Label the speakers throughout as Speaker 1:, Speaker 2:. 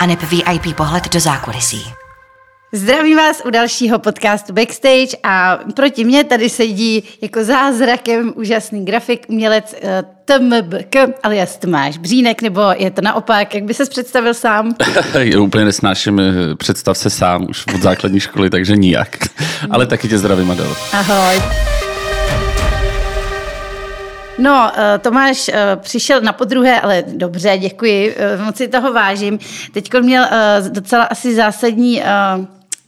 Speaker 1: aneb VIP pohled do zákulisí.
Speaker 2: Zdravím vás u dalšího podcastu Backstage a proti mně tady sedí jako zázrakem úžasný grafik, umělec eh, TMBK alias Tomáš Břínek, nebo je to naopak, jak by ses představil sám?
Speaker 3: Je úplně nesnáším eh, představ se sám už od základní školy, takže nijak.
Speaker 2: No.
Speaker 3: Ale taky tě zdravím, Adel.
Speaker 2: Ahoj. No, eh, Tomáš eh, přišel na podruhé, ale dobře, děkuji, eh, moc si toho vážím. Teď měl eh, docela asi zásadní eh,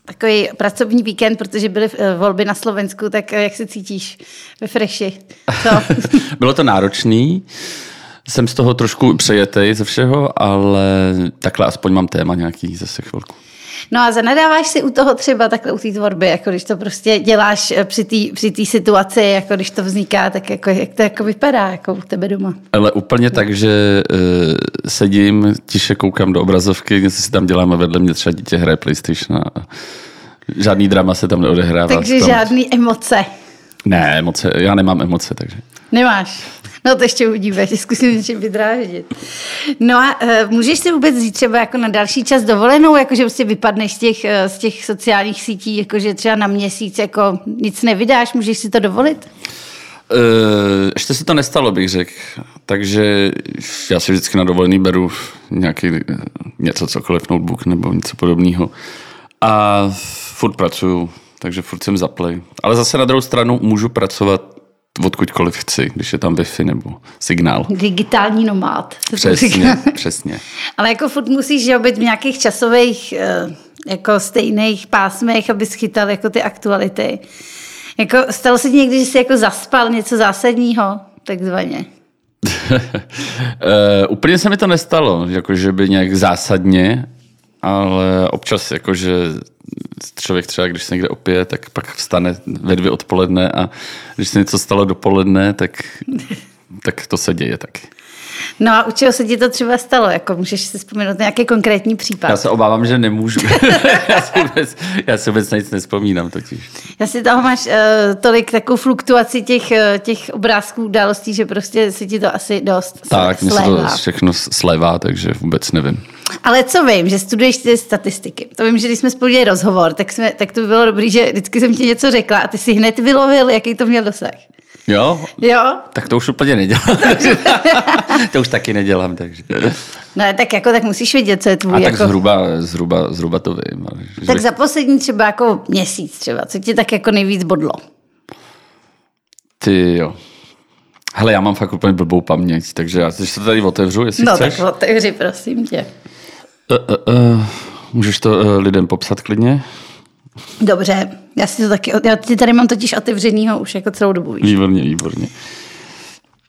Speaker 2: takový pracovní víkend, protože byly eh, volby na Slovensku, tak eh, jak se cítíš ve Freši? Co?
Speaker 3: Bylo to náročný, jsem z toho trošku přejetej ze všeho, ale takhle aspoň mám téma nějaký zase chvilku.
Speaker 2: No a zanadáváš si u toho třeba takhle u té tvorby, jako když to prostě děláš eh, při té při té situaci, jako když to vzniká, tak jako, jak to jako vypadá jako u tebe doma.
Speaker 3: Ale úplně tak, že uh, sedím, tiše koukám do obrazovky, něco si tam děláme vedle mě, třeba dítě hraje PlayStation a žádný drama se tam neodehrává.
Speaker 2: Takže
Speaker 3: Tam-
Speaker 2: žádný emoce
Speaker 3: Ne, emoce, já nemám emoce, takže.
Speaker 2: nemáš. No to ještě uvidíme, že zkusím něčím vydráždit. No a e, můžeš si vůbec vzít třeba jako na další čas dovolenou, jakože prostě vypadneš z těch, eh, z těch sociálních sítí, jakože třeba na měsíc jako nic nevydáš, můžeš si to dovolit?
Speaker 3: Uh, ještě se to nestalo, bych řekl. Takže já si vždycky na dovolený beru nějaký, eh, něco, cokoliv, notebook nebo něco podobného. A furt pracuju, takže furt jsem zaplej. Ale zase na druhou stranu můžu pracovat odkudkoliv chci, když je tam Wi-Fi nebo signál.
Speaker 2: Digitální nomád. se to
Speaker 3: Přesně,
Speaker 2: říká.
Speaker 3: přesně.
Speaker 2: Ale jako furt musíš že jo, být v nějakých časových, eh, jako stejných pásmech, abys chytal jako ty aktuality. Jako stalo se ti někdy, že jsi jako zaspal něco zásadního, takzvaně.
Speaker 3: Eh, úplně se mi to nestalo, jako že by nějak zásadně, ale občas jakože člověk třeba, když se někde opije, tak pak vstane ve dvě odpoledne a když se něco stalo dopoledne, tak, tak to se děje taky.
Speaker 2: No a u čeho se ti to třeba stalo? Jako můžeš si vzpomenout na nějaký konkrétní případ?
Speaker 3: Já se obávám, že nemůžu. já, si vůbec, já si vůbec na nic nespomínám totiž.
Speaker 2: Já si tam máš uh, tolik takovou fluktuaci těch, eh, těch obrázků, událostí, že prostě se ti to asi dost
Speaker 3: Tak, mně se to
Speaker 2: slévá.
Speaker 3: všechno slevá, takže vůbec nevím.
Speaker 2: Ale co vím, že studuješ ty statistiky. To vím, že když jsme spolu dělali rozhovor, tak, jsme, tak to by bylo dobrý, že vždycky jsem ti něco řekla a ty si hned vylovil, jaký to měl dosah.
Speaker 3: Jo?
Speaker 2: Jo?
Speaker 3: Tak to už úplně nedělám. to už taky nedělám, takže...
Speaker 2: No tak jako tak musíš vědět, co je tvůj.
Speaker 3: A tak
Speaker 2: jako...
Speaker 3: zhruba, zhruba, zhruba to vím. ale že
Speaker 2: tak
Speaker 3: bych-
Speaker 2: za poslední třeba jako měsíc třeba, co ti tak jako nejvíc bodlo.
Speaker 3: Ty jo. Hele, já mám fakt úplně blbou paměť, takže já když to tady otevřu, jestli
Speaker 2: No
Speaker 3: chceš.
Speaker 2: tak otevři, prosím tě.
Speaker 3: Uh, uh, uh, můžeš to uh, lidem popsat klidně?
Speaker 2: Dobře, já si to taky, já ti tady mám totiž otevřenýho už jako celou dobu. Víš?
Speaker 3: Výborně, výborně.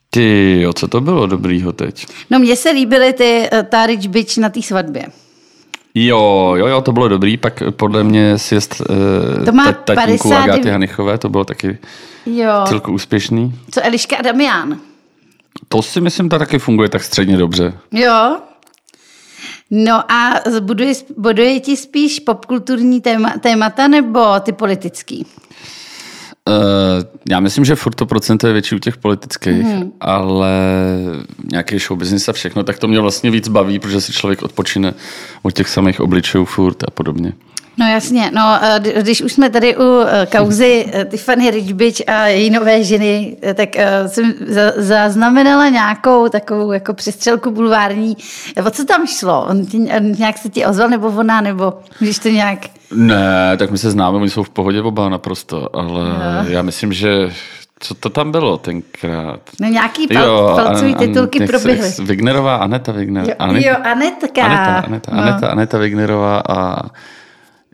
Speaker 3: Ty jo, co to bylo dobrýho teď?
Speaker 2: No mně se líbily ty, eh, ta rich bitch na té svatbě.
Speaker 3: Jo, jo, jo, to bylo dobrý, pak eh, podle mě sjezd uh,
Speaker 2: To má
Speaker 3: tatínku
Speaker 2: 59
Speaker 3: Agáty Hanichové, to bylo taky
Speaker 2: Jo.
Speaker 3: celku úspěšný.
Speaker 2: Co Eliška a Damián.
Speaker 3: To si myslím, ta taky funguje tak středně dobře.
Speaker 2: Jo. No a buduje, buduje ti spíš popkulturní téma, témata nebo ty politický?
Speaker 3: Eh, já myslím, že furt to procento je větší u těch politických,
Speaker 2: Mhm.
Speaker 3: hmm. ale nějaký show business a všechno, tak to mě vlastně víc baví, protože si člověk odpočine od těch samých obličejů furt a podobně.
Speaker 2: No jasně, no eh, kdy- když už jsme tady u eh, kauzy eh, Tiffany Ridgebitch a její nové ženy, eh, tak eh, jsem za- zaznamenala nějakou takovou jako přestřelku bulvární. Eh, O co tam šlo? On ti, eh, nějak se ti ozval nebo ona, nebo můžeš to nějak...
Speaker 3: Ne, tak my se známe, oni jsou v pohodě oba naprosto, ale
Speaker 2: No.
Speaker 3: já myslím, že co to tam bylo tenkrát?
Speaker 2: No nějaký pal,
Speaker 3: An-
Speaker 2: palcový
Speaker 3: An-
Speaker 2: titulky
Speaker 3: jak se-
Speaker 2: proběhly.
Speaker 3: jak se- Wignerová, Aneta Wigner.
Speaker 2: Jo,
Speaker 3: Anet-
Speaker 2: jo, Anetka.
Speaker 3: Aneta, Aneta,
Speaker 2: No.
Speaker 3: Aneta, Aneta Wignerová a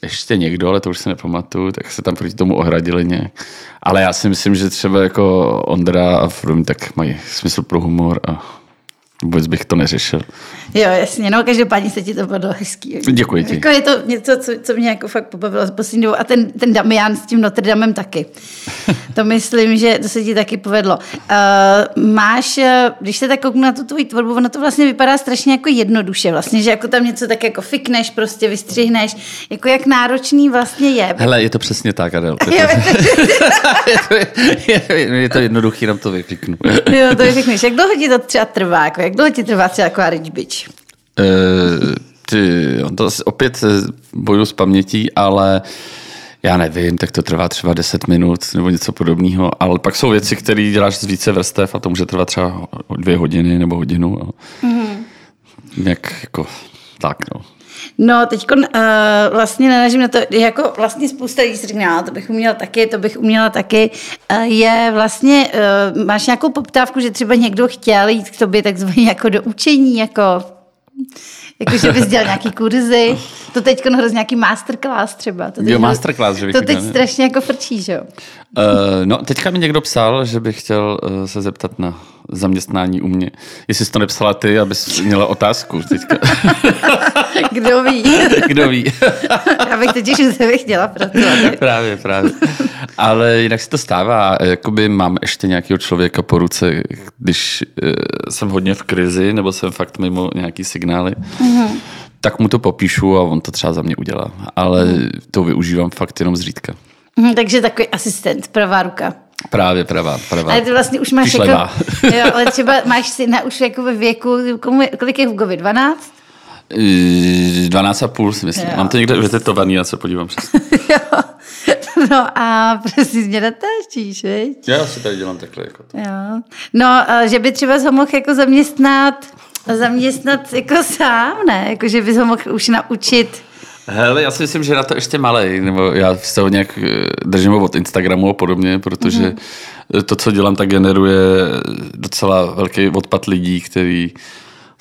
Speaker 3: ještě někdo, ale to už se nepamatuju, tak se tam proti tomu ohradili nějak. Ale já si myslím, že třeba jako Ondra a Frum, tak mají smysl pro humor a vůbec bych to neřešil.
Speaker 2: Jo, jasně, no každopádně se ti to bylo hezký.
Speaker 3: Děkuji ti.
Speaker 2: Jako je to něco, co, co mě jako fakt pobavilo z poslední dobou. A ten, ten Damian s tím Notre Damem taky. To myslím, že to se ti taky povedlo. Uh, máš, eh, když se tak kouknu na tu tvoji tvorbu, ono to vlastně vypadá strašně jako jednoduše vlastně, že jako tam něco tak jako fikneš, prostě vystřihneš, jako jak náročný vlastně je.
Speaker 3: Hele, je to přesně tak, Adel. Je
Speaker 2: Jo,
Speaker 3: to, je to, je, je to jednoduchý, nám to vypíknu.
Speaker 2: jo, to mi řekneš. Jak dlouho ti to třeba trvá? Jako, jak dlouho ti trvá třeba jako Rich Bitch?
Speaker 3: Eh, Ty, jo, to asi opět eh, boju s pamětí, ale já nevím, tak to trvá třeba 10 minut nebo něco podobného, ale pak jsou věci, které děláš z více vrstev a to může trvat třeba o dvě hodiny nebo hodinu. No. Mm-hmm. Jak jako, tak no.
Speaker 2: No, teď uh, vlastně nanažím na to, jako vlastně spousta lidí si říká, "No, to bych uměla taky, to bych uměla taky. Uh, je vlastně, uh, máš nějakou poptávku, že třeba někdo chtěl jít k tobě takzvaně jako do učení, jako, jako že bys dělal nějaký kurzy. To teď hrozně nějaký masterclass třeba. To teď
Speaker 3: Jo, masterclass, že bych
Speaker 2: To teď
Speaker 3: udělal.
Speaker 2: strašně jako frčí, že jo.
Speaker 3: Uh, no, teďka mi někdo psal, že by chtěl uh, se zeptat na zaměstnání u mě. Jestli jsi to nepsala ty, abys měla otázku teďka.
Speaker 2: Kdo ví?
Speaker 3: Kdo ví?
Speaker 2: Já bych totiž u tebe chtěla pracovat.
Speaker 3: právě, právě. Ale jinak se to stává. Jakoby mám ještě nějakého člověka po ruce, když eh, jsem hodně v krizi, nebo jsem fakt mimo nějaký signály, mm-hmm.
Speaker 2: Mhm.
Speaker 3: tak mu to popíšu a on to třeba za mě udělá. Ale to využívám fakt jenom zřídka.
Speaker 2: Mhm, Takže takový asistent, pravá ruka.
Speaker 3: Právě pravá, pravá.
Speaker 2: Ale ty vlastně už máš
Speaker 3: Spíš
Speaker 2: jako,
Speaker 3: levá.
Speaker 2: jo, ale třeba máš syna už jako ve věku, komu je, kolik je Hugovi, 12?
Speaker 3: Eh, 12,5 si myslím.
Speaker 2: Jo.
Speaker 3: Mám to někde vytetovaný, já se podívám přesně.
Speaker 2: Jo. No a přesně mě natáčíš, viď?
Speaker 3: Já si tady dělám takhle. Jako.
Speaker 2: Jo. No, a že by třeba ho mohl jako zaměstnat, zaměstnat jako sám, ne? Jako, že bys ho mohl už naučit.
Speaker 3: Hele, já si myslím, že je na to ještě malej, nebo já se ho nějak eh, držím od Instagramu a podobně, protože
Speaker 2: Mhm.
Speaker 3: mm-hmm. to, co dělám, tak generuje docela velký odpad lidí, kteří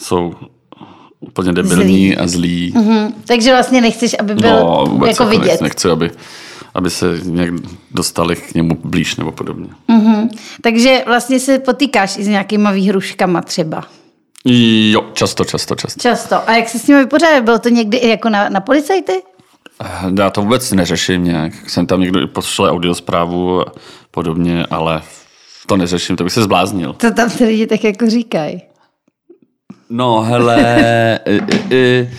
Speaker 3: jsou úplně debilní
Speaker 2: Zlí.
Speaker 3: zlí. a zlí.
Speaker 2: Hm. Takže vlastně nechceš, aby byl
Speaker 3: No, vůbec
Speaker 2: jako
Speaker 3: nech-
Speaker 2: vidět.
Speaker 3: nechci, aby, aby se nějak dostali k němu blíž nebo podobně.
Speaker 2: Mhm. Takže vlastně se potýkáš i s nějakýma výhruškama třeba.
Speaker 3: Jo, často, často, často.
Speaker 2: Často. A jak se s nimi vypořádáš? Bylo to někdy i jako na, na policajty?
Speaker 3: Já to vůbec neřeším nějak. Jsem tam někdo i pošle audiozprávu a podobně, ale to neřeším, to bych se zbláznil.
Speaker 2: To tam ty lidi tak jako říkají.
Speaker 3: No hele, i, i, i,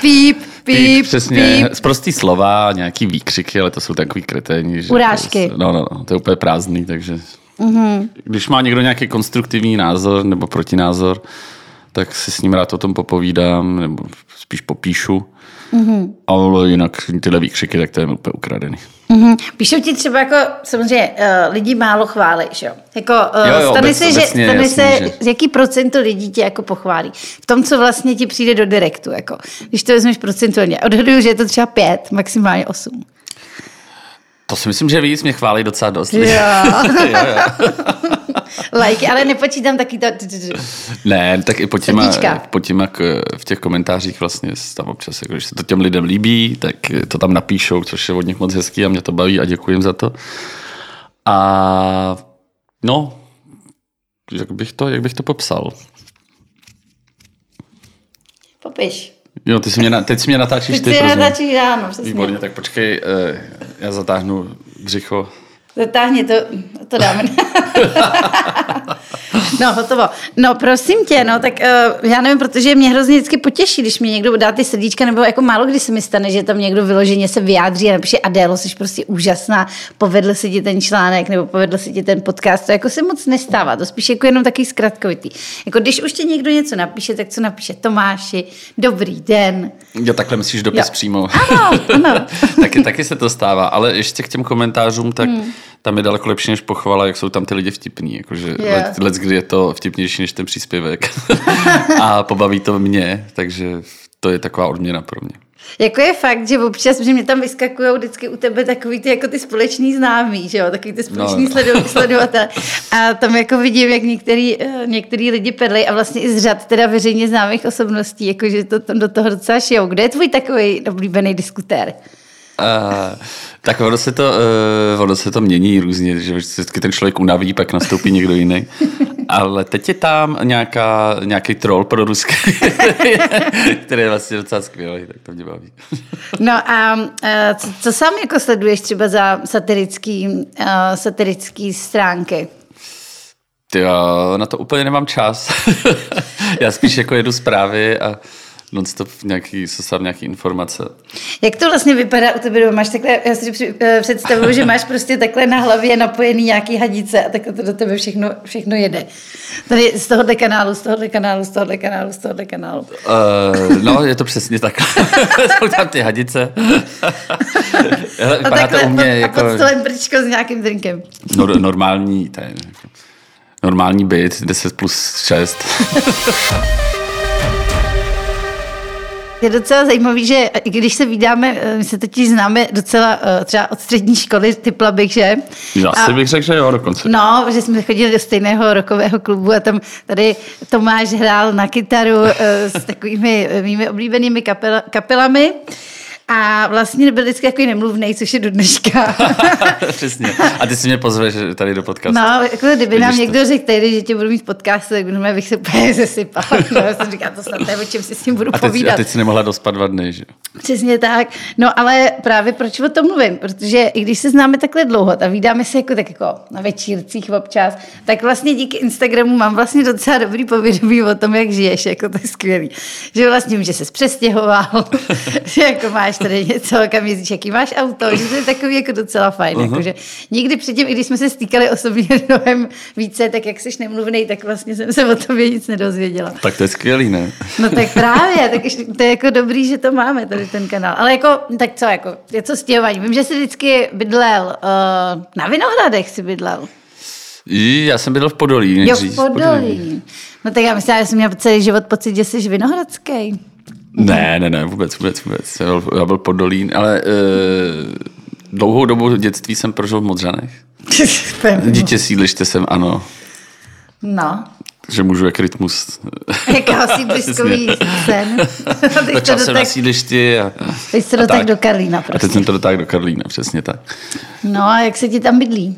Speaker 2: Píp, píp, píp,
Speaker 3: přesně, píp. prostý slova, nějaký výkřiky, ale to jsou takový kreténi. Že
Speaker 2: Urážky. Mhm.
Speaker 3: To, je- no, no, no, to je úplně prázdný, takže mm-hmm. když má někdo nějaký konstruktivní názor nebo protinázor, tak si s ním rád o tom popovídám, nebo spíš popíšu. Mm-hmm. Ale jinak tyhle výkřiky, tak to je mi úplně ukradený.
Speaker 2: Mhm. Píšou ti třeba jako, samozřejmě, eh, lidi málo chválí, že jo? Jako, eh,
Speaker 3: Jo, jo,
Speaker 2: stane
Speaker 3: obec-
Speaker 2: se, že,
Speaker 3: obecně je
Speaker 2: stane
Speaker 3: jasný,
Speaker 2: se,
Speaker 3: že-
Speaker 2: že... jaký procento lidí tě jako pochválí. V tom, co vlastně ti přijde do direktu, jako. Když to vezmeš procentuálně. Odhaduju, že je to třeba pět, maximálně osm.
Speaker 3: To si myslím, že víc mě chválí docela dost.
Speaker 2: Jo.
Speaker 3: jo, jo.
Speaker 2: Lajky, ale nepočítám taky to.
Speaker 3: Ne, tak i po těma,
Speaker 2: Srdíčka.
Speaker 3: po těma k- v těch komentářích vlastně se tam občas, jako když se to těm lidem líbí, tak to tam napíšou, což je od nich moc hezký a mě to baví a děkuji jim za to. A no, jak bych to, jak bych to popsal?
Speaker 2: Popiš.
Speaker 3: Jo, ty si mě, na- teď si mě natáčíš
Speaker 2: Teď
Speaker 3: ty,
Speaker 2: si
Speaker 3: prosím.
Speaker 2: natáčíš ráno, přesně.
Speaker 3: Výborně, tak počkej, eh, já zatáhnu břicho.
Speaker 2: Zatáhni to, to dáme. no, hotovo. No, prosím tě, no, tak uh, já nevím, protože mě hrozně vždycky potěší, když mi někdo dá ty srdíčka, nebo jako málo kdy se mi stane, že tam někdo vyloženě se vyjádří a napíše Adélo, jsi prostě úžasná, povedl se ti ten článek, nebo povedl se ti ten podcast, to jako se moc nestává, to spíš jako jenom taky zkratkovitý. Jako když už ti někdo něco napíše, tak co napíše Tomáši, dobrý den.
Speaker 3: Jo, takhle myslíš dopis
Speaker 2: Jo.
Speaker 3: přímo.
Speaker 2: Ano, ano.
Speaker 3: taky, taky se to stává, ale ještě k těm komentářům, tak hmm. tam je daleko lepší než pochvala, jak jsou tam ty lidi vtipní. Jakože
Speaker 2: Jo.
Speaker 3: let, let, kdy je to vtipnější než ten příspěvek. a pobaví to mě, takže to je taková odměna pro mě.
Speaker 2: Jako je fakt, že občas, že mě tam vyskakují vždycky u tebe takový ty, jako ty společný známý, že jo, takový ty společní
Speaker 3: No.
Speaker 2: no. sledovatele. A tam jako vidím, jak některý, eh, některý lidi pedlej a vlastně i z řad teda veřejně známých osobností, jakože to tam do toho docela šijou. Kde je tvůj takový oblíbený diskutér?
Speaker 3: A, tak ono se, to, uh, ono se to mění různě, že vždycky ten člověk unaví, pak nastoupí někdo jiný. Ale teď je tam nějaká, nějaký troll pro ruské, který je vlastně docela skvělý, tak to mě baví.
Speaker 2: No a eh, co, co sám jako sleduješ třeba za satirický, eh, satirický stránky?
Speaker 3: Ty jo, na to úplně nemám čas. Já spíš jako jedu zprávy a non-stop nějaký, sosám nějaký informace.
Speaker 2: Jak to vlastně vypadá u tebe doma? Máš takhle, já si při- eh, představuju, že máš prostě takhle na hlavě napojený nějaký hadice a takhle to do tebe všechno, všechno jede. Tady z tohohle kanálu, z tohohle kanálu, z tohohle kanálu, z tohohle kanálu.
Speaker 3: Uh, no, je to přesně tak. Jsou tam ty hadice. Hele,
Speaker 2: A
Speaker 3: Vypadá
Speaker 2: takhle
Speaker 3: to u mě
Speaker 2: a
Speaker 3: jako
Speaker 2: pod stolem brčko s nějakým drinkem.
Speaker 3: nor- normální, to je, jako normální byt, 10 plus 6.
Speaker 2: Je docela zajímavý, že i když se vydáme, eh, my se totiž známe docela eh, třeba od střední školy, typla bych, že?
Speaker 3: Já
Speaker 2: A-
Speaker 3: si bych řekl, že jo, dokonce.
Speaker 2: No, že jsme chodili do stejného rokového klubu a tam tady Tomáš hrál na kytaru eh, s takovými eh, mými oblíbenými kapela, kapelami. A vlastně byl vždycky jako nemluvnej, což je do dneška.
Speaker 3: Přesně. A ty si mě pozveš tady do podcastu.
Speaker 2: No, jako kdyby nám
Speaker 3: Vidíš to.
Speaker 2: někdo řekl tady, že tě budu mít podcast, tak normálně bych se úplně zesypala. No, já jsem říkala, to snad ne, o čem si s ním budu
Speaker 3: a, teď,
Speaker 2: povídat.
Speaker 3: a teď si nemohla dospat dva dny, že jo.
Speaker 2: Přesně tak. No ale právě proč o tom mluvím? Protože i když se známe takhle dlouho a vídáme se jako tak jako na večírcích občas, tak vlastně díky Instagramu mám vlastně docela dobrý povědomí o tom, jak žiješ, jako to je skvělý. Že vlastně vím, že se přestěhoval, že jako máš tady něco, kam jezdíš, jaký máš auto, že to je takový jako docela fajn. Uh-huh. Jako, že nikdy předtím, i když jsme se stýkali osobně mnohem více, tak jak jsi nemluvnej, tak vlastně jsem se o tobě nic nedozvěděla.
Speaker 3: Tak to je skvělý, ne?
Speaker 2: No tak právě, tak ještě- to je jako dobrý, že to máme tady ten kanál. Ale jako, tak co, jako, je co stěhování? Vím, že jsi vždycky bydlel, uh, na Vinohradech si bydlel.
Speaker 3: Jí, Já jsem bydlel v Podolí
Speaker 2: Jo,
Speaker 3: nejdřív.
Speaker 2: v Podolí. No tak já myslím, že jsem měl celý život pocit, že jsi vinohradský.
Speaker 3: Ne, ne, ne, vůbec, vůbec, vůbec. Já byl, já byl Podolín, ale e, dlouhou dobu dětství jsem prožil v Modřanech.
Speaker 2: To je-
Speaker 3: Dítě sídliště jsem, ano.
Speaker 2: no,
Speaker 3: Že můžu jak rytmus.
Speaker 2: jaká si blízkový sen. Teď to
Speaker 3: Začal jsem na
Speaker 2: dotek,
Speaker 3: sídlišti a,
Speaker 2: teď se
Speaker 3: a
Speaker 2: dotek
Speaker 3: tak.
Speaker 2: do Karlína
Speaker 3: a
Speaker 2: prostě.
Speaker 3: teď jsem to dotáhl do Karlína, přesně tak.
Speaker 2: No a jak se ti tam bydlí?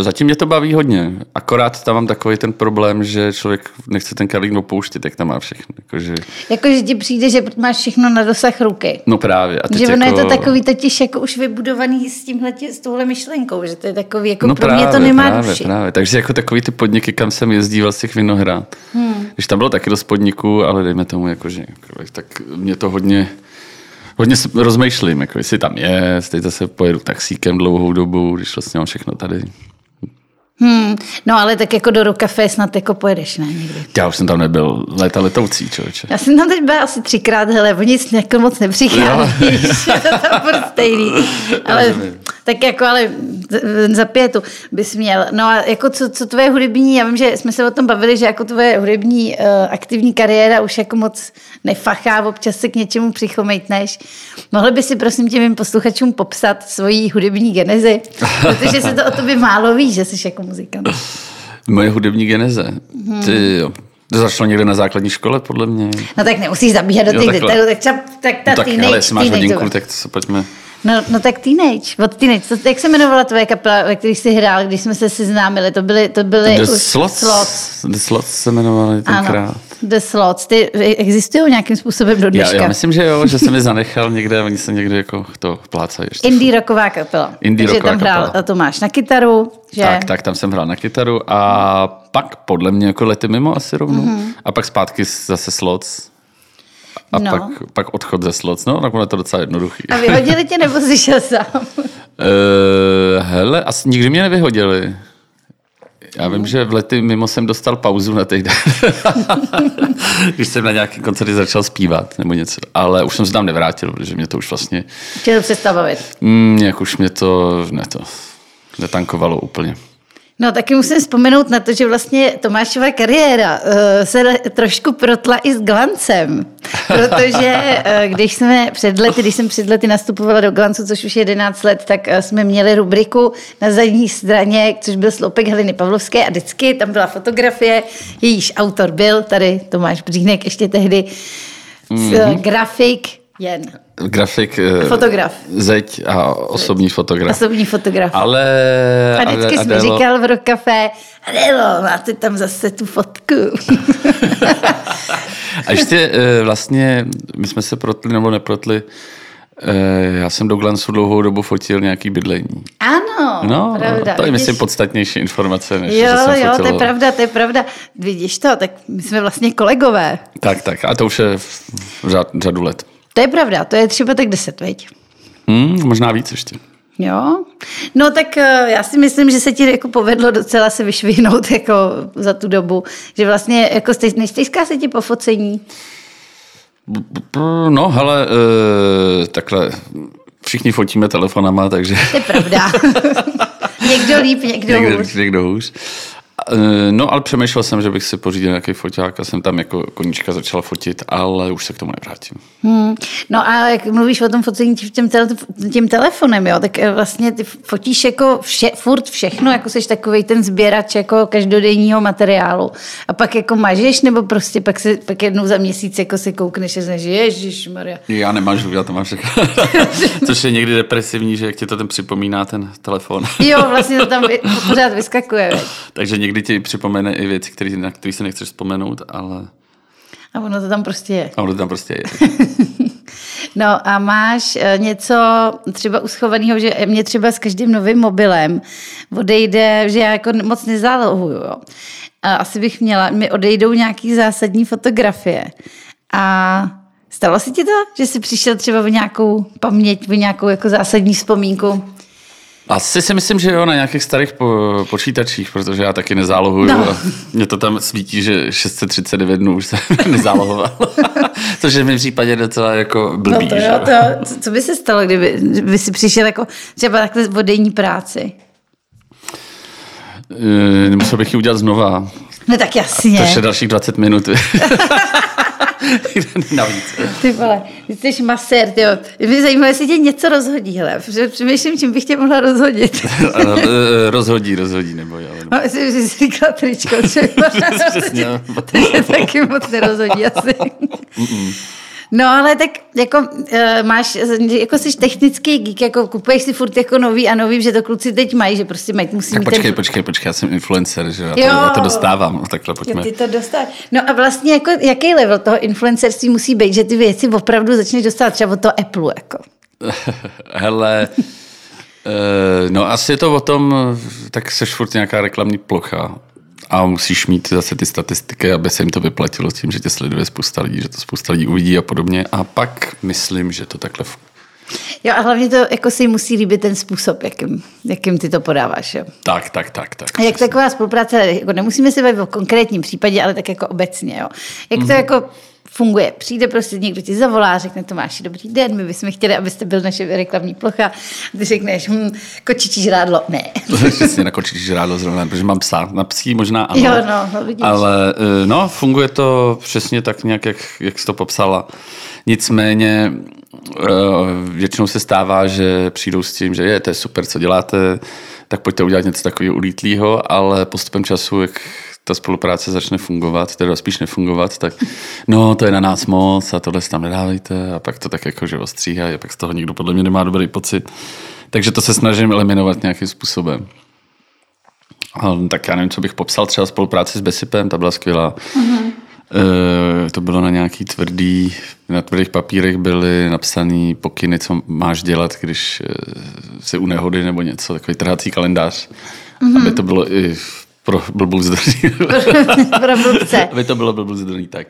Speaker 3: E, zatím mě to baví hodně, akorát tam mám takový ten problém, že člověk nechce ten Karlín opouštět, jak tam má všechno. Jakože,
Speaker 2: Jakože ti přijde, Jako, že máš všechno na dosah ruky.
Speaker 3: no právě. A teď
Speaker 2: Že ono
Speaker 3: jako...
Speaker 2: je to takový totiž jako už vybudovaný s tímhle, tě- s touhle myšlenkou, že to je takový, jako no pro právě, mě to nemá
Speaker 3: právě,
Speaker 2: duši.
Speaker 3: Právě. Takže jako takový ty podniky, kam jsem jezdíval z těch vinohrad. Hmm. Když tam bylo taky dost podniků, ale dejme tomu, jako, že, jako, tak mě to hodně, hodně s- rozmýšlím, jako, jestli tam je, jestli zase pojedu taxíkem dlouhou dobu, když vlastně mám všechno tady.
Speaker 2: Hmm. No ale tak jako do Rokafe snad jako pojedeš, ne někdy.
Speaker 3: Já už jsem tam nebyl léta letoucí, člověče.
Speaker 2: Já jsem tam teď byla asi třikrát, hele, o nic jako moc nepřicházíš, je to tam furt stejný. Ale,
Speaker 3: Rozumím.
Speaker 2: tak jako, ale za- za pětu bys měl. No a jako co, co tvoje hudební, já vím, že jsme se o tom bavili, že jako tvoje hudební uh, aktivní kariéra už jako moc nefachá, občas se k něčemu přichomejtneš. Mohl by si prosím tě mým posluchačům popsat svoji hudební genezi? Protože se to o tobě málo ví, že jsi jako muzikant.
Speaker 3: Moje hudební geneze.
Speaker 2: Hmm.
Speaker 3: Ty jo. To začalo někde na základní škole, podle mě.
Speaker 2: No tak nemusíš zabíhat do
Speaker 3: Jo,
Speaker 2: těch
Speaker 3: takhle.
Speaker 2: detailů, tak třeba tak ta
Speaker 3: no, tak,
Speaker 2: teenage,
Speaker 3: hele, jestli máš
Speaker 2: teenage
Speaker 3: hodinku,
Speaker 2: doba.
Speaker 3: tak to se pojďme...
Speaker 2: No, no tak Teenage, od Teenage. To, jak se jmenovala tvoje kapela, ve kterých jsi hrál, když jsme se seznámili? To byly, to byly
Speaker 3: The
Speaker 2: už
Speaker 3: Slots.
Speaker 2: Slots.
Speaker 3: The Slots se jmenovali tenkrát.
Speaker 2: Ano, The Slots. Ty eh, existují nějakým způsobem do
Speaker 3: Já,
Speaker 2: dneška.
Speaker 3: já myslím, že jo, že jsem je zanechal někde a oni se někde jako to plácají ještě.
Speaker 2: Indie rocková kapela.
Speaker 3: Indie
Speaker 2: Takže
Speaker 3: rocková
Speaker 2: tam hrál
Speaker 3: kapela.
Speaker 2: a to máš na kytaru, že?
Speaker 3: Tak, tak, tam jsem hrál na kytaru a pak podle mě jako lety mimo asi rovnou. Mm-hmm. A pak zpátky zase slots. A
Speaker 2: Mhm. No.
Speaker 3: no. pak, pak odchod ze slots. No, nakonec je to docela jednoduchý.
Speaker 2: A vyhodili tě nebo jsi šel sám?
Speaker 3: Eh, hele, asi nikdy mě nevyhodili. Já
Speaker 2: Mhm.
Speaker 3: vím, že v lety mimo jsem dostal pauzu na týden, když jsem na nějaký koncerty začal zpívat nebo něco, ale už jsem se tam nevrátil, protože mě to už vlastně,
Speaker 2: Tě to přestal bavit.
Speaker 3: mm, jak už mě to, ne to, netankovalo úplně.
Speaker 2: No taky musím vzpomenout na to, že vlastně Tomášova kariéra uh, se le- trošku protla i s glancem, protože uh, když jsme před lety, když jsem před lety nastupovala do glancu, což už je 11 let, tak uh, jsme měli rubriku na zadní straně, což byl sloupek Heleny Pavlovské a vždycky tam byla fotografie, jejíž autor byl tady Tomáš Břínek ještě tehdy, mm-hmm. grafik jen,
Speaker 3: Grafik, eh,
Speaker 2: Fotograf.
Speaker 3: zeď a osobní fotograf.
Speaker 2: osobní fotograf.
Speaker 3: Ale
Speaker 2: A vždycky
Speaker 3: ale-
Speaker 2: jsi mi
Speaker 3: Adélo,
Speaker 2: říkal v rokafe, Adelo, máte tam zase tu fotku.
Speaker 3: A ještě eh, vlastně, my jsme se protli nebo neprotli Eh, Já jsem do Glansu dlouhou dobu fotil nějaký bydlení.
Speaker 2: Ano,
Speaker 3: No,
Speaker 2: pravda.
Speaker 3: to je
Speaker 2: vidíš?
Speaker 3: myslím podstatnější informace, než
Speaker 2: Jo,
Speaker 3: že jsem
Speaker 2: jo,
Speaker 3: fotil.
Speaker 2: to je pravda, to je pravda. Vidíš to, tak my jsme vlastně kolegové.
Speaker 3: Tak, tak. A to už je v v řad, řadu let.
Speaker 2: To je pravda, to je třeba tak 10, veď?
Speaker 3: Hmm, možná víc ještě.
Speaker 2: Jo. No tak eh, já si myslím, že se ti jako povedlo docela se vyšvihnout jako za tu dobu, že vlastně jako stej, nestejská se ti po focení.
Speaker 3: No, hele, eh, takhle, všichni fotíme telefonama, takže
Speaker 2: To je pravda. někdo líp, někdo,
Speaker 3: někde,
Speaker 2: hůř.
Speaker 3: někdo hůř. Eh, No, ale přemýšlel jsem, že bych si pořídil nějaký foťák a jsem tam jako koníčka začal fotit, ale už se k tomu nevrátím.
Speaker 2: Hmm. No a jak mluvíš o tom focení tím, tím, tele, tím telefonem, jo, tak eh, vlastně ty fotíš jako vše, furt všechno, jako jsi takový ten sběrač jako každodenního materiálu. A pak jako mažeš, nebo prostě pak, si, pak jednou za měsíc jako si koukneš a znaš, ježiš Maria.
Speaker 3: Já nemažu, já to mám všechno. Což je někdy depresivní, že jak ti to ten připomíná ten telefon.
Speaker 2: Jo, vlastně to tam vy- pořád vyskakuje. Veď.
Speaker 3: Takže někdy ti připomene i věci, který, na které se nechceš vzpomenout, ale
Speaker 2: A ono to tam prostě je.
Speaker 3: a ono to tam prostě je.
Speaker 2: No a máš eh, něco třeba uschovaného, že mě třeba s každým novým mobilem odejde, že já jako moc nezalohuju. Jo. A asi bych měla, mi odejdou nějaký zásadní fotografie. A stalo se ti to, že jsi přišel třeba o nějakou paměť, o nějakou jako zásadní vzpomínku?
Speaker 3: Asi si myslím, že jo, na nějakých starých po, počítačích, protože já taky nezálohuju.
Speaker 2: No.
Speaker 3: No. A mě to tam svítí, že 639 dnů už jsem nezálohoval. Což je v mém případě docela jako blbý.
Speaker 2: No to
Speaker 3: že
Speaker 2: jo, to, jo. Co- co by se stalo, kdyby, kdyby si přišel jako třeba takhle o denní práci?
Speaker 3: Eh, Musel bych ji udělat znova,
Speaker 2: No tak jasně.
Speaker 3: což je dalších 20 minut. Navíc.
Speaker 2: Ty vole, ty jsi masér, ty jo. Mě zajímalo, jestli tě něco rozhodí, hele. Protože Přemýšlím, čím bych tě mohla rozhodit.
Speaker 3: Ano, eh, rozhodí, rozhodí, nebo já.
Speaker 2: No, jestli jsi si říkala tričko, třeba.
Speaker 3: Přesně. no,
Speaker 2: to tě taky moc nerozhodí asi. No ale tak jako eh, máš, jako jsi technický geek, jako kupuješ si furt jako nový a nový, že to kluci teď mají, že prostě mají, musí
Speaker 3: Tak
Speaker 2: mít
Speaker 3: počkej,
Speaker 2: ten...
Speaker 3: počkej, počkej, já jsem influencer, že já to,
Speaker 2: Jo.
Speaker 3: já to dostávám, no, takhle
Speaker 2: Jo,
Speaker 3: pojďme.
Speaker 2: ty to dostáš. No a vlastně jako, jaký level toho influencerství musí být, že ty věci opravdu začneš dostat třeba od toho Apple, jako.
Speaker 3: Hele, eh, no asi je to o tom, tak seš furt nějaká reklamní plocha a musíš mít zase ty statistiky, aby se jim to vyplatilo tím, že tě sleduje spousta lidí, že to spousta lidí uvidí a podobně. A pak myslím, že to takhle... fu-
Speaker 2: Jo a hlavně to jako se jim musí líbit ten způsob, jakým, jakým ty to podáváš. Jo.
Speaker 3: Tak, tak, tak, tak.
Speaker 2: A jak taková spolupráce, jako nemusíme se bavit o konkrétním případě, ale tak jako obecně. Jo. Jak to
Speaker 3: Mhm.
Speaker 2: mm-hmm. jako funguje? Přijde prostě někdo ti zavolá, řekne Tomáši, dobrý den, my bychom chtěli, abyste byl naše reklamní plocha. Ty řekneš, hm, kočičí žrádlo, ne.
Speaker 3: Přesně na kočičí žrádlo zrovna, protože mám psa. Na psí možná ano.
Speaker 2: Jo, no, no, vidíš.
Speaker 3: Ale eh, no, funguje to přesně tak nějak, jak, jak jsi to popsala. Nicméně eh, většinou se stává, že přijdou s tím, že je, to je super, co děláte, tak pojďte udělat něco takového ulítlýho, ale postupem času, jak ta spolupráce začne fungovat, teda spíš nefungovat, tak no, to je na nás moc a tohle si tam nedávejte a pak to tak jako, že ostříhají a pak z toho nikdo podle mě nemá dobrý pocit. Takže to se snažím eliminovat nějakým způsobem. A tak já nevím, co bych popsal, třeba spolupráci s Besipem, ta byla skvělá. Mm-hmm. E, to bylo na nějaký tvrdý, na tvrdých papírech byly napsané pokyny, co máš dělat, když e, jsi u nehody nebo něco, takový trhací kalendář, mm-hmm. aby to bylo i pro blbou zdrní.
Speaker 2: Pro blbce.
Speaker 3: aby to bylo blbou zdrní, tak.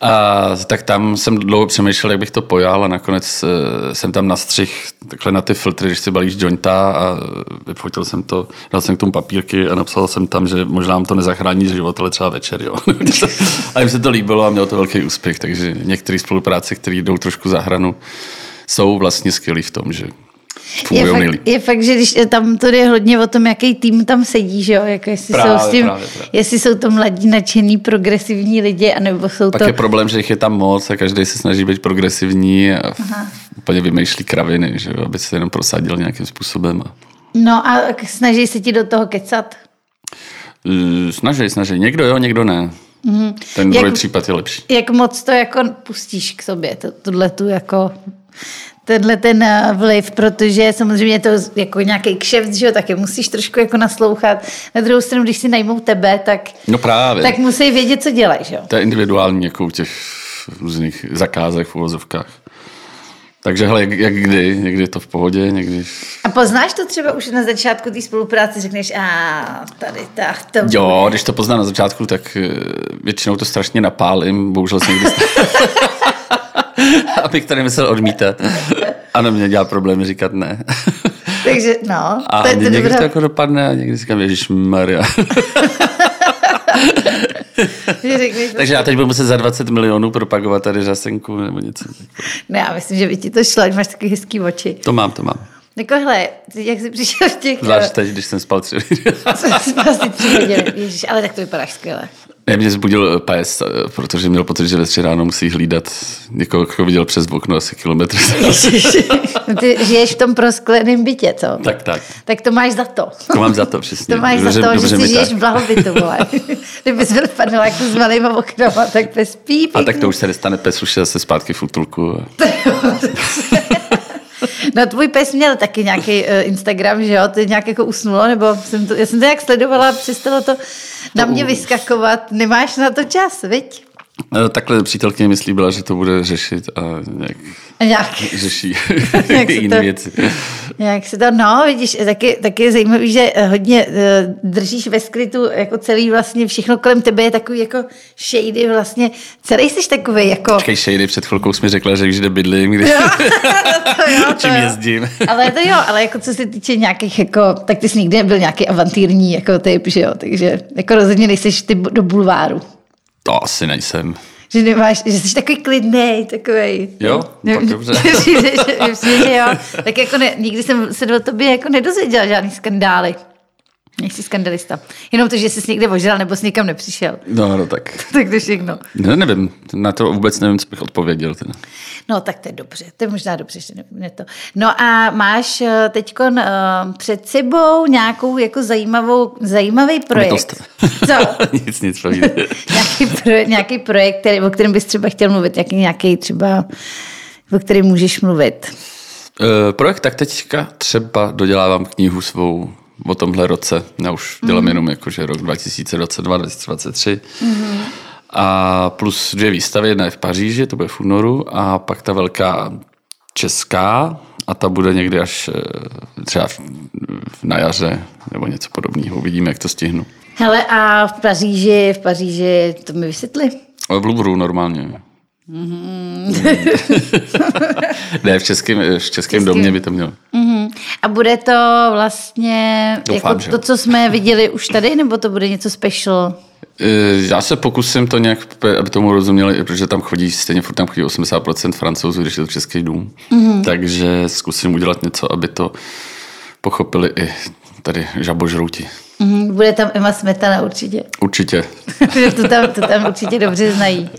Speaker 3: A, tak tam jsem dlouho přemýšlel, jak bych to pojal a nakonec e, jsem tam nastřih takhle na ty filtry, když si balíš jointa a vyfotil jsem to, dal jsem k tomu papírky a napsal jsem tam, že možná vám to nezachrání život, ale třeba večer, jo. a jim se to líbilo a mělo to velký úspěch, takže některé spolupráce, které jdou trošku za hranu, jsou vlastně skvělý v tom, že
Speaker 2: Je
Speaker 3: fungují nejlíp.
Speaker 2: fakt, je fakt, že když tam to jde hodně o tom, jaký tým tam sedí, že jo? Jako jestli,
Speaker 3: Právě,
Speaker 2: jsou s tím,
Speaker 3: právě, právě.
Speaker 2: jestli jsou to mladí, nadšený, progresivní lidi, anebo jsou
Speaker 3: Pak
Speaker 2: to...
Speaker 3: je problém, že jich je tam moc a každý se snaží být progresivní a Aha. úplně vymýšlí kraviny, že jo, aby se jenom prosadil nějakým způsobem. A...
Speaker 2: No a k- snaží se ti do toho kecat?
Speaker 3: Eh, Snaží, snaží. Někdo jo, někdo ne. Mm. Ten
Speaker 2: Jak-
Speaker 3: druhý případ je lepší.
Speaker 2: Jak moc to jako pustíš k sobě, to- tuhle tu jako tenhle ten eh, vliv, protože samozřejmě je to jako nějaký kšeft, že jo, taky musíš trošku jako naslouchat. Na druhou stranu, když si najmou tebe, tak,
Speaker 3: No právě. Tak...
Speaker 2: tak musí vědět, co dělají, že jo.
Speaker 3: To je individuální jako u těch různých zakázek v uvozovkách. Takže hele, jak, jak kdy, někdy je to v pohodě, někdy...
Speaker 2: A poznáš to třeba už na začátku té spolupráce, řekneš, a tady, tak, to
Speaker 3: Jo, když to poznám na začátku, tak eh, většinou to strašně napálím, bohužel se někdy stane. Abych tady myslel odmítat. Ano, mě dělá problémy říkat ne.
Speaker 2: Takže, no,
Speaker 3: A
Speaker 2: to je to
Speaker 3: někdy
Speaker 2: dobrá,
Speaker 3: to jako dopadne a někdy říkám, Ježíš Maria.
Speaker 2: že řekneš,
Speaker 3: Takže já teď budu muset za 20 milionů propagovat tady řasenku nebo něco.
Speaker 2: ne, já myslím, že by ti to šlo, ať máš taky hezký oči.
Speaker 3: To mám, to mám.
Speaker 2: Jako, hele, ty jak jsi přišel v těch...
Speaker 3: Zvlášť teď, když jsem spal tři
Speaker 2: Asi tři hodiny, ježiš, ale tak to vypadáš skvěle.
Speaker 3: Ne, mě zbudil pes, eh, protože měl pocit, že ve tři ráno musí hlídat někoho, koho viděl přes okno asi kilometr.
Speaker 2: No Ty žiješ v tom proskleném bytě, co?
Speaker 3: tak, tak.
Speaker 2: Tak to máš za to.
Speaker 3: To mám za to přesně.
Speaker 2: To máš
Speaker 3: dobře,
Speaker 2: za to,
Speaker 3: dobře
Speaker 2: že
Speaker 3: mi
Speaker 2: si žiješ
Speaker 3: tak.
Speaker 2: v blahobytu, vole. Kdyby jsi byl v paneláku s malýma oknama, tak to spí
Speaker 3: A tak to už se nestane, pes už je zase zpátky v útulku.
Speaker 2: No tvůj pes měl taky nějaký uh, Instagram, že jo? Ty nějak jako usnulo, nebo jsem to, já jsem to nějak sledovala, přestalo to na mě vyskakovat. Nemáš na to čas, viď?
Speaker 3: Eh, Takhle přítelkyně mi slíbila, že to bude řešit a nějak
Speaker 2: A Nějak.
Speaker 3: řeší
Speaker 2: Jak se
Speaker 3: jiné
Speaker 2: to-
Speaker 3: věci.
Speaker 2: Jak se to, no, vidíš, taky, taky je zajímavý, že eh, hodně eh, držíš ve skrytu jako celý vlastně všechno kolem tebe je takový jako shady vlastně, celý jsi takový jako...
Speaker 3: Počkej, Shady před chvilkou jsi mi řekla, že když kde bydlím, když
Speaker 2: to jo, to
Speaker 3: čím
Speaker 2: jo.
Speaker 3: jezdím.
Speaker 2: Ale to jo, ale jako co se týče nějakých jako, tak ty jsi nikdy nebyl nějaký avantýrní jako typ, že jo, takže jako rozhodně nejseš ty do bulváru.
Speaker 3: To asi nejsem.
Speaker 2: Že nemáš, že jsi takový klidný, takový.
Speaker 3: Jo, no tak dobře.
Speaker 2: že, že, že, že jo. Tak jako ne, nikdy jsem se o tobě jako nedozvěděla žádný skandály. Nejsi skandalista. Jenom to, že jsi někde ožral nebo s někam nepřišel.
Speaker 3: No, no tak.
Speaker 2: Tak to všechno.
Speaker 3: No, nevím, na to vůbec nevím, co bych odpověděl. Teda.
Speaker 2: No tak to je dobře, to je možná dobře, že ne, ne to. No a máš teď před sebou nějakou jako zajímavou, zajímavý projekt.
Speaker 3: Bytost.
Speaker 2: Co?
Speaker 3: nic, nic, povídej.
Speaker 2: nějaký, pro, nějaký projekt, který, o kterém bys třeba chtěl mluvit, nějaký, nějaký třeba, o kterém můžeš mluvit.
Speaker 3: Eh, projekt tak teďka třeba dodělávám knihu svou o tomhle roce. Já už dělám mm. jenom jakože rok 2022, 2023. Mm. A plus dvě výstavy, jedna je v Paříži, to bude v únoru, a pak ta velká česká, a ta bude někdy až eh, třeba v- v- na jaře nebo něco podobného. Uvidíme, jak to stihnu.
Speaker 2: Hele a v Paříži, v Paříži, to mi vysvětli.
Speaker 3: Ale v Louvru normálně. Mm. ne, v českém, eh, v českém domě by to mělo.
Speaker 2: Mhm. A bude to vlastně
Speaker 3: Doufám,
Speaker 2: jako
Speaker 3: že
Speaker 2: to,
Speaker 3: jo.
Speaker 2: co jsme viděli už tady, nebo to bude něco special?
Speaker 3: Eh, Já se pokusím to nějak, p- aby tomu rozuměli, protože tam chodí, stejně furt tam chodí 80% francouzů, když je to Český dům. Mm-hmm. Takže zkusím udělat něco, aby to pochopili i tady žabožrouti.
Speaker 2: Mhm. Bude tam Emma Smetana určitě.
Speaker 3: Určitě.
Speaker 2: Že to, tam, to tam určitě dobře znají.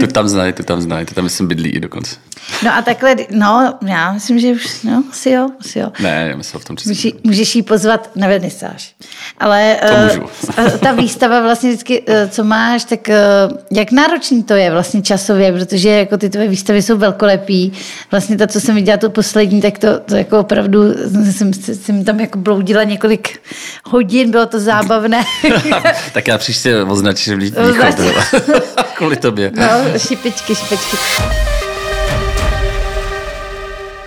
Speaker 3: To tam znají, to tam znají, to tam myslím bydlí i dokonce.
Speaker 2: No a takhle, no, já myslím, že už, no, asi jo, asi jo.
Speaker 3: Ne, já myslel v tom Českém.
Speaker 2: Může, můžeš ji pozvat na vernisáž. Ale
Speaker 3: To
Speaker 2: eh,
Speaker 3: můžu.
Speaker 2: eh, ta výstava vlastně vždycky, eh, co máš, tak eh, jak náročný to je vlastně časově, protože jako ty tvoje výstavy jsou velkolepý. Vlastně ta, co jsem viděla tu poslední, tak to, to jako opravdu jsem, jsem tam jako bloudila několik hodin, bylo to zábavné.
Speaker 3: tak já příště označím lidi
Speaker 2: Označ.
Speaker 3: kvůli tobě.
Speaker 2: No, šipičky, šipičky.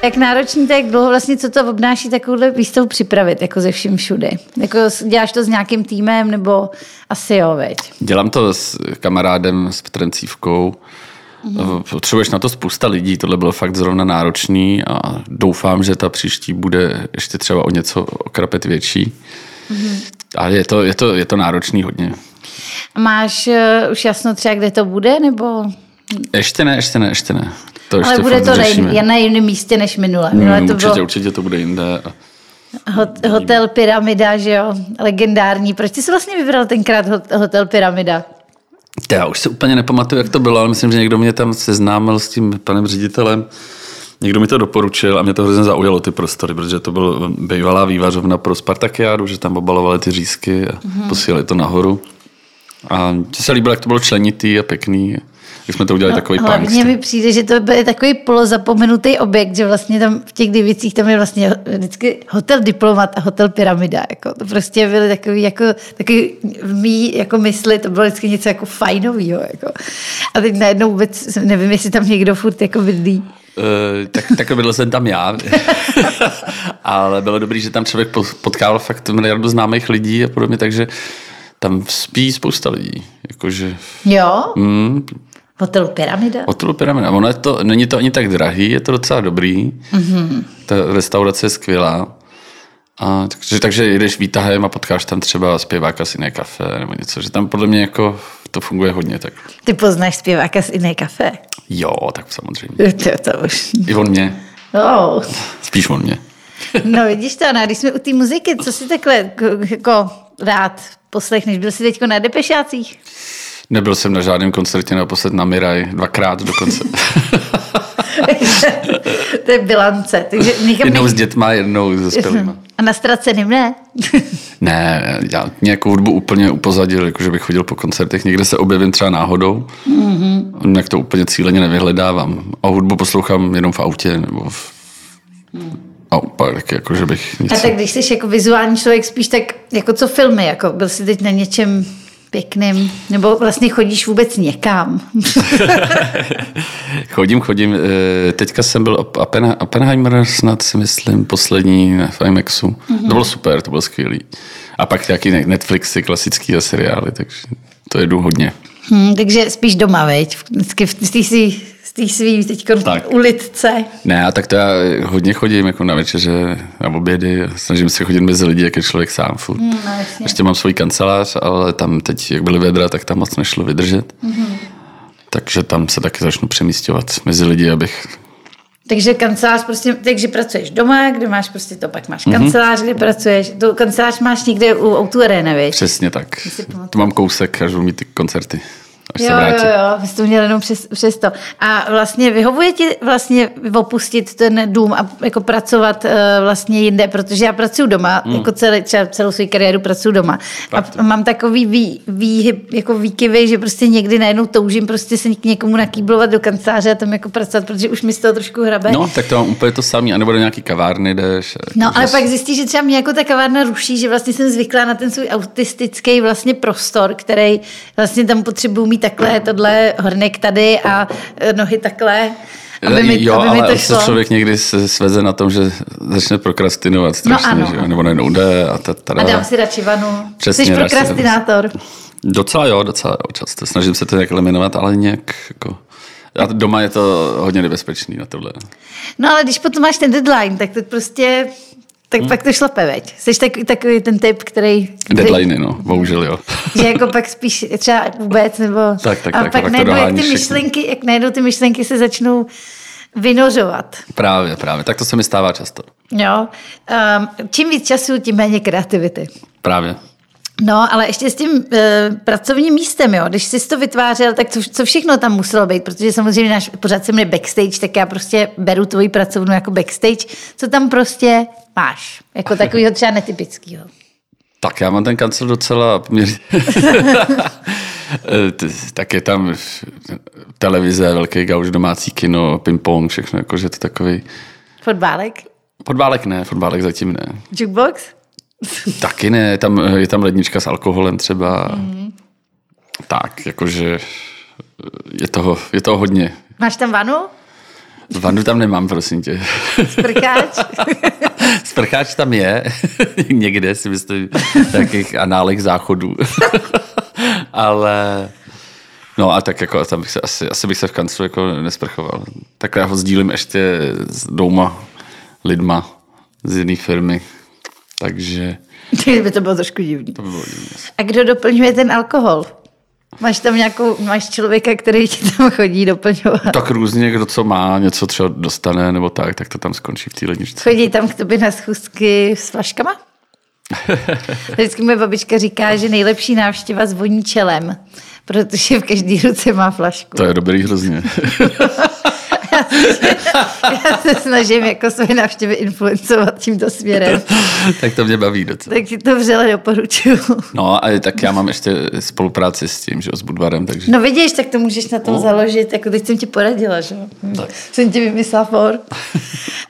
Speaker 2: Jak náročný, tak jak dlouho vlastně, co to obnáší takovouhle výstavu připravit, jako ze vším všude? Jako s- děláš to s nějakým týmem, nebo asi jo, veď?
Speaker 3: Dělám to s kamarádem, s Petrem Cívkou.
Speaker 2: Mhm.
Speaker 3: Potřebuješ na to spousta lidí, tohle bylo fakt zrovna náročný a doufám, že ta příští bude ještě třeba o něco o krapet větší.
Speaker 2: Mhm.
Speaker 3: A je to, je, to, je to náročný hodně.
Speaker 2: A Máš uh, už jasno třeba, kde to bude, nebo...
Speaker 3: Ještě ne, ještě ne, ještě ne. To ještě
Speaker 2: Ale bude
Speaker 3: fakt
Speaker 2: to na,
Speaker 3: řešíme.
Speaker 2: jin, na jiném místě než minule.
Speaker 3: Mm,
Speaker 2: minule to
Speaker 3: určitě,
Speaker 2: bylo
Speaker 3: určitě to bude jinde.
Speaker 2: hot, hotel Pyramida, že jo? Legendární. Proč ty jsi vlastně vybral tenkrát hot- hotel Pyramida?
Speaker 3: To Já už se úplně nepamatuju, jak to bylo, ale myslím, že někdo mě tam seznámil s tím panem ředitelem. Někdo mi to doporučil a mě to hrozně zaujalo ty prostory, protože to byl bývalá vývařovna pro Spartakiádu, že tam obalovali ty řízky a mm-hmm. posílali to nahoru. A mně se líbilo, jak to bylo členitý a pěkný, jak jsme to udělali no, takový punk.
Speaker 2: Hlavně mi přijde, že to byl takový polozapomenutý objekt, že vlastně tam v těch divicích tam je vlastně vždycky hotel diplomat a hotel pyramida. Jako. To prostě byly takový, jako, takový v mý jako mysli, to bylo vždycky něco jako fajnovýho. Jako. A teď najednou vůbec nevím, jestli tam někdo furt jako bydlí.
Speaker 3: Eh, tak, takhle byl jsem tam já. Ale bylo dobrý, že tam člověk po- potkával fakt miliardu známých lidí a podobně, takže tam spí spousta lidí. Jakože
Speaker 2: Jo? Mm.
Speaker 3: Hmm.
Speaker 2: Hotel Pyramida?
Speaker 3: hotelu Pyramida. Ono je to, není to ani tak drahý, je to docela dobrý. Mm-hmm. Ta restaurace je skvělá. A, takže, takže jdeš výtahem a potkáš tam třeba zpěváka z jiné kafe nebo něco, že tam podle mě jako to funguje hodně tak.
Speaker 2: Ty poznáš zpěváka z jiné kafe.
Speaker 3: Jo, tak samozřejmě.
Speaker 2: To, to už.
Speaker 3: I on mě.
Speaker 2: Oh.
Speaker 3: Spíš on mě.
Speaker 2: No vidíš to, Ana, když jsme u té muziky, co si takhle k- jako rád poslechneš? Byl jsi teď na Depešácích?
Speaker 3: Nebyl jsem na žádném koncertě, naposled na Miraj, dvakrát dokonce.
Speaker 2: to je bilance. Takže nikam
Speaker 3: jednou s
Speaker 2: nejde.
Speaker 3: dětma, jednou se spělýma.
Speaker 2: A na ztraceným ne?
Speaker 3: Ne, já nějakou hudbu úplně upozadil, jakože bych chodil po koncertech. Někde se objevím třeba náhodou,
Speaker 2: Mhm.
Speaker 3: mm-hmm. jinak to úplně cíleně nevyhledávám. A hudbu poslouchám jenom v autě nebo v... A pak jakože bych nic...
Speaker 2: Mhm. A tak když jsi jako vizuální člověk spíš tak jako co filmy, jako byl jsi teď na něčem pěkným, nebo vlastně chodíš vůbec někam.
Speaker 3: Chodím, chodím. eh, Teďka jsem byl op- Appen- Oppenheimer, snad si myslím, poslední v IMAXu.
Speaker 2: Mhm.
Speaker 3: Mm-hmm. To bylo super, to bylo skvělý. A pak nějaký ne- Netflixy, klasický a seriály, takže to jedu hodně.
Speaker 2: Hmm, takže spíš doma, veď? Vždycky v té svý, z té svý teď
Speaker 3: Tak.
Speaker 2: ulitce.
Speaker 3: Ne, a tak to já hodně chodím jako na večeře, na obědy, snažím se chodit mezi lidi, jak je člověk sám furt. Mm,
Speaker 2: No, jasně.
Speaker 3: Ještě mám svůj kancelář, ale tam teď, jak byly vedra, tak tam moc nešlo vydržet. Mm-hmm.
Speaker 2: Mhm.
Speaker 3: Takže tam se taky začnu přemístěvat mezi lidi, abych
Speaker 2: Takže kancelář prostě, takže pracuješ doma, kde máš prostě to, pak
Speaker 3: Mhm.
Speaker 2: máš kancelář, kde pracuješ. Tu kancelář máš někde u Outu Arena, viď?
Speaker 3: Přesně tak.
Speaker 2: si pamatuju.
Speaker 3: Tu mám kousek, až budu mít ty koncerty. Až
Speaker 2: Jo,
Speaker 3: se
Speaker 2: jo,
Speaker 3: vrátím.
Speaker 2: jo, vy jste to měli jenom přes, přes to. A vlastně vyhovuje ti vlastně opustit ten dům a jako pracovat eh, vlastně jinde, protože já pracuji doma, hmm. jako celý, třeba celou svou kariéru pracuji doma.
Speaker 3: Mhm. Fakt.
Speaker 2: A mám takový vý, výhyb, jako výkyvy, že prostě někdy najednou toužím prostě se k někomu nakýblovat do kanceláře a tam jako pracovat, protože už mi z toho trošku hrabe.
Speaker 3: No, tak to mám úplně to samý, anebo do nějaký kavárny jdeš. jako
Speaker 2: No, ale
Speaker 3: že-
Speaker 2: pak zjistíš, že třeba mě jako ta kavárna ruší, že vlastně jsem zvyklá na ten svůj autistický vlastně prostor, který vlastně tam potřebuji mít takhle, tohle hornek tady a eh, nohy takhle, aby mi,
Speaker 3: jo,
Speaker 2: aby mi
Speaker 3: ale
Speaker 2: to
Speaker 3: se
Speaker 2: šlo.
Speaker 3: člověk někdy se sveze na tom, že začne prokrastinovat strašně,
Speaker 2: No, ano.
Speaker 3: že jo? nebo najednou jde a ta, ta,
Speaker 2: A dám si radši vanu.
Speaker 3: Přesně,
Speaker 2: Jsi
Speaker 3: dáš si
Speaker 2: prokrastinátor.
Speaker 3: Docela jo, docela jo, často. Snažím se to nějak eliminovat, ale nějak jako... A doma je to hodně nebezpečný na tohle.
Speaker 2: No ale když potom máš ten deadline, tak to prostě, tak hmm. pak to šlape, veď. Jsi tak, takový ten typ, který... který-
Speaker 3: Deadliny, no, bohužel jo.
Speaker 2: že jako pak spíš třeba vůbec, nebo...
Speaker 3: Tak, tak,
Speaker 2: a
Speaker 3: tak,
Speaker 2: pak
Speaker 3: pak to
Speaker 2: najednou, jak
Speaker 3: dohání
Speaker 2: ty
Speaker 3: všechno.
Speaker 2: myšlenky, jak najednou ty myšlenky se začnou vynořovat.
Speaker 3: Právě, právě. Tak to se mi stává často.
Speaker 2: Jo. Um, čím víc času, tím méně kreativity.
Speaker 3: Právě.
Speaker 2: No, ale ještě s tím e, pracovním místem, jo. Když jsi to vytvářel, tak co, co všechno tam muselo být? Protože samozřejmě náš pořád se jmenuje backstage, tak já prostě beru tvoji pracovnu jako backstage. Co tam prostě máš? Jako takovýho třeba netypického.
Speaker 3: Tak já mám ten kancel docela... poměrně- Eh, t- tak je tam televize, velký gauč, domácí kino, ping-pong, všechno, jakože to takový...
Speaker 2: Fotbálek?
Speaker 3: Podbálek ne, podbálek zatím ne.
Speaker 2: Jukebox?
Speaker 3: Taky ne, tam, eh, je tam lednička s alkoholem třeba. Mm-hmm. Tak, jakože eh, je toho, je toho hodně.
Speaker 2: Máš tam vanu?
Speaker 3: Vanu tam nemám, prosím tě.
Speaker 2: Prkáč?
Speaker 3: Sprcháč tam je, někde si myslím, v nějakých análech záchodů. Ale... No a tak jako tam bych se, asi, asi bych se v kanclu jako nesprchoval. Tak já ho sdílím ještě s douma lidma z jiné firmy. Takže...
Speaker 2: by to bylo trošku divný. A kdo doplňuje ten alkohol? Máš tam nějakou, máš člověka, který ti tam chodí doplňovat?
Speaker 3: Tak různě, kdo co má, něco třeba dostane nebo tak, tak to tam skončí v té ledničce.
Speaker 2: Chodí tam k tobě na schůzky s flaškama? Vždycky moje babička říká, že nejlepší návštěva zvoní čelem, protože v každý ruce má flašku.
Speaker 3: To je dobrý hrozně.
Speaker 2: Já se snažím jako své návštěvy influencovat tímto směrem.
Speaker 3: tak to mě baví docela.
Speaker 2: Tak ti to vřele doporučuju.
Speaker 3: No a tak já mám ještě spolupráci s tím, že jo, s Budvarem, takže
Speaker 2: No vidíš, tak to můžeš na tom založit, jako teď jsem ti poradila, že jo? Jsem ti vymyslela for.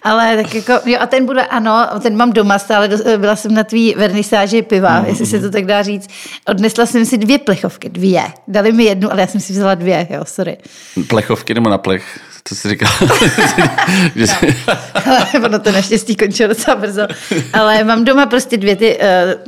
Speaker 2: Ale tak jako, jo a ten bude, ano, ten mám doma stále, do- byla jsem na tvý vernisáži piva, jestli se to tak dá říct. Odnesla jsem si dvě plechovky, dvě. Dali mi jednu, ale já jsem si vzala dvě, jo, sorry.
Speaker 3: plechovky nebo na plech. To jsi říkal. že jsi,
Speaker 2: Ale ono to naštěstí končilo docela brzo. Ale mám doma prostě dvě ty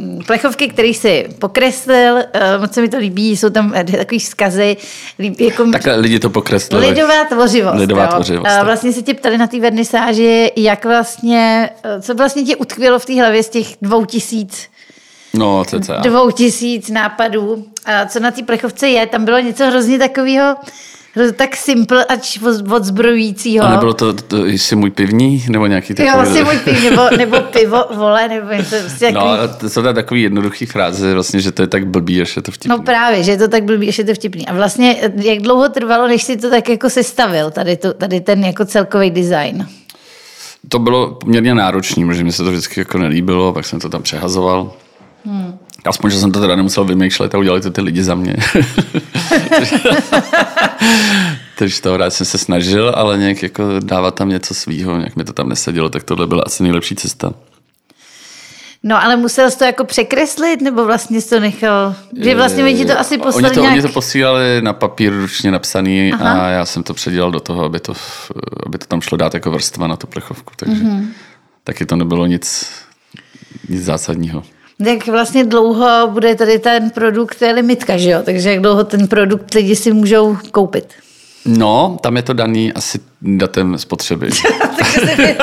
Speaker 2: uh, plechovky, které si pokreslil, uh, moc se mi to líbí, jsou tam eh, dvě takové vzkazy. Líbí, jako
Speaker 3: takhle lidi to pokreslili.
Speaker 2: Lidová tvořivost.
Speaker 3: Lidová tvořivost,
Speaker 2: A
Speaker 3: tak.
Speaker 2: vlastně se tě ptali na té vernisáži, jak vlastně, eh, co vlastně tě utkvělo v té hlavě z těch dvou tisíc
Speaker 3: No, cca.
Speaker 2: dvou tisíc nápadů. A co na té plechovce je, tam bylo něco hrozně takového, tak simple ač oz- odzbrojujícího.
Speaker 3: A nebylo to, to jsi můj pivní? Nebo nějaký
Speaker 2: Jo,
Speaker 3: takový?
Speaker 2: asi můj piv, nebo, nebo pivo, vole, nebo něco prostě
Speaker 3: No,
Speaker 2: takový-
Speaker 3: ale to jsou teda takový jednoduchý fráze, vlastně, že to je tak blbý, až je to vtipný.
Speaker 2: No právě, že je to tak blbý, že je to vtipný. A vlastně, jak dlouho trvalo, než si to tak jako sestavil, tady, to, tady ten jako celkový design?
Speaker 3: To bylo poměrně náročné, protože mi se to vždycky jako nelíbilo, pak jsem to tam přehazoval. Hmm. Aspoň, že jsem to teda nemusel vymýšlet a udělali to ty lidi za mě. Takže to rád jsem se snažil, ale nějak jako dávat tam něco svýho, nějak mi to tam nesedělo, tak tohle byla asi nejlepší cesta.
Speaker 2: No ale musel jsi to jako překreslit, nebo vlastně jsi to nechal? Že vlastně mi ti to asi
Speaker 3: Eh, Oni
Speaker 2: poslal
Speaker 3: to,
Speaker 2: nějak...
Speaker 3: oni to posílali na papír ručně napsaný Aha. a já jsem to předělal do toho, aby to, aby to tam šlo dát jako vrstva na tu plechovku. Takže
Speaker 2: Mhm.
Speaker 3: mm-hmm. taky to nebylo nic, nic zásadního.
Speaker 2: Jak vlastně dlouho bude tady ten produkt, to je limitka, že jo? Takže jak dlouho ten produkt lidi si můžou koupit?
Speaker 3: No, tam je to daný asi datem spotřeby.
Speaker 2: Takže se mi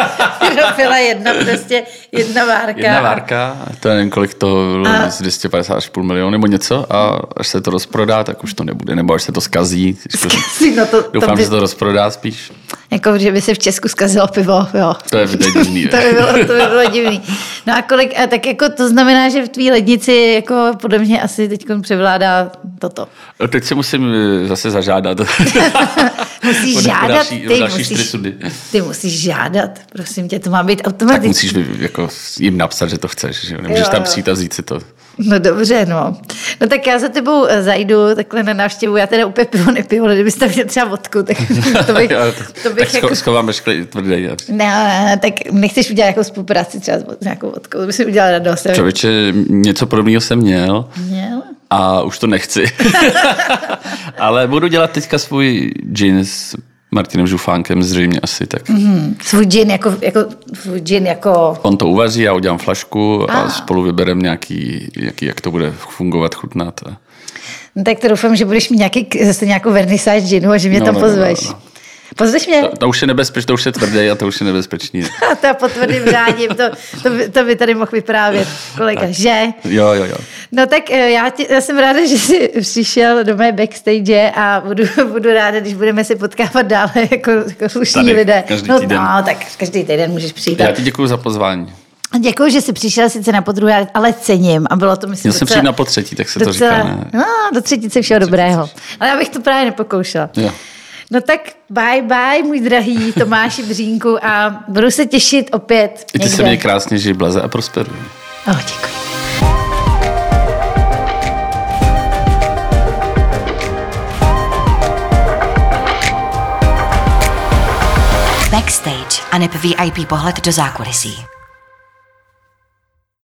Speaker 2: vyrobila jedna prostě, jedna várka.
Speaker 3: Jedna várka, to já nevím, kolik toho bylo, a... 250 až půl milionu nebo něco a až se to rozprodá, tak už to nebude, nebo až se to skazí.
Speaker 2: Asi, no to, to
Speaker 3: Doufám,
Speaker 2: by,
Speaker 3: že se to rozprodá spíš.
Speaker 2: jako, že by se v Česku zkazilo pivo, jo.
Speaker 3: To je teď divný.
Speaker 2: to, by bylo, to by bylo divný. No a kolik, a tak jako to znamená, že v tvý lednici jako podle mě asi teď převládá toto.
Speaker 3: A No, Teď se musím eh, zase zažádat.
Speaker 2: Musíš
Speaker 3: O da- o
Speaker 2: žádat,
Speaker 3: další- o
Speaker 2: ty,
Speaker 3: další čtyři
Speaker 2: musíš,
Speaker 3: sudy.
Speaker 2: ty musíš žádat, prosím tě, to má být
Speaker 3: tak
Speaker 2: automaticky.
Speaker 3: musíš vy- jako jim napsat, že to chceš. Že? jo. Nemůžeš
Speaker 2: Jo,
Speaker 3: tam
Speaker 2: jo.
Speaker 3: přijít a vzít si to.
Speaker 2: No dobře, no. No tak já za tebou eh, zajdu takhle na návštěvu, já teda úplně pivo nepiju, ale kdybyste měl třeba vodku, tak to bych,
Speaker 3: Já
Speaker 2: to bych
Speaker 3: tak
Speaker 2: jako...
Speaker 3: jako... schovám veškerý tvrdý. a-
Speaker 2: Ne, tak nechceš udělat jako spolupráci třeba s vod- s nějakou vodkou, to by si udělal radost. já bych-
Speaker 3: Člověče, něco podobného jsem měl.
Speaker 2: Měl?
Speaker 3: a už to nechci. Ale budu dělat teďka svůj gin s Martinem Žufánkem zřejmě asi, tak
Speaker 2: Mhm. Svůj gin jako, jako, svůj gin jako
Speaker 3: on to uvaří, já udělám flašku a,
Speaker 2: Ah.
Speaker 3: a spolu vyberem nějaký, jaký, jak to bude fungovat, chutnat. A...
Speaker 2: No, tak to doufám, že budeš mít nějaký, zase nějakou vernisáž džinu a že mě
Speaker 3: No,
Speaker 2: tam
Speaker 3: no,
Speaker 2: pozveš.
Speaker 3: no, no, no.
Speaker 2: Pozveš mě?
Speaker 3: To, to už je nebezpečné, to už je tvrdé a to už je nebezpečný.
Speaker 2: A to já potvrdím řádím, to, to, by, to by tady mohl vyprávět kolega, tak. že?
Speaker 3: Jo, jo, jo.
Speaker 2: No tak eh, já, tě, já jsem ráda, že jsi přišel do mé backstage a budu, budu ráda, když budeme se potkávat dále jako, jako slušní
Speaker 3: Tady,
Speaker 2: lidé.
Speaker 3: každý
Speaker 2: no,
Speaker 3: týden.
Speaker 2: no, tak každý týden můžeš přijít.
Speaker 3: Já ti děkuji za pozvání.
Speaker 2: Děkuji, že jsi přišel sice na podruhé, ale cením a bylo to myslím
Speaker 3: Měl jsem přijít na potřetí, tak se to říká. Ne?
Speaker 2: No, do třetice všeho dobrého. Ale já bych to právě nepokoušela.
Speaker 3: Jo.
Speaker 2: No tak bye bye, můj drahý Tomáši Břínku a budu se těšit opět
Speaker 3: I ty se
Speaker 2: někde.
Speaker 3: mě krásně žij, blaze a prosperuj.
Speaker 2: oh, děkuji.
Speaker 1: Backstage a nep VIP pohled do zákulisí.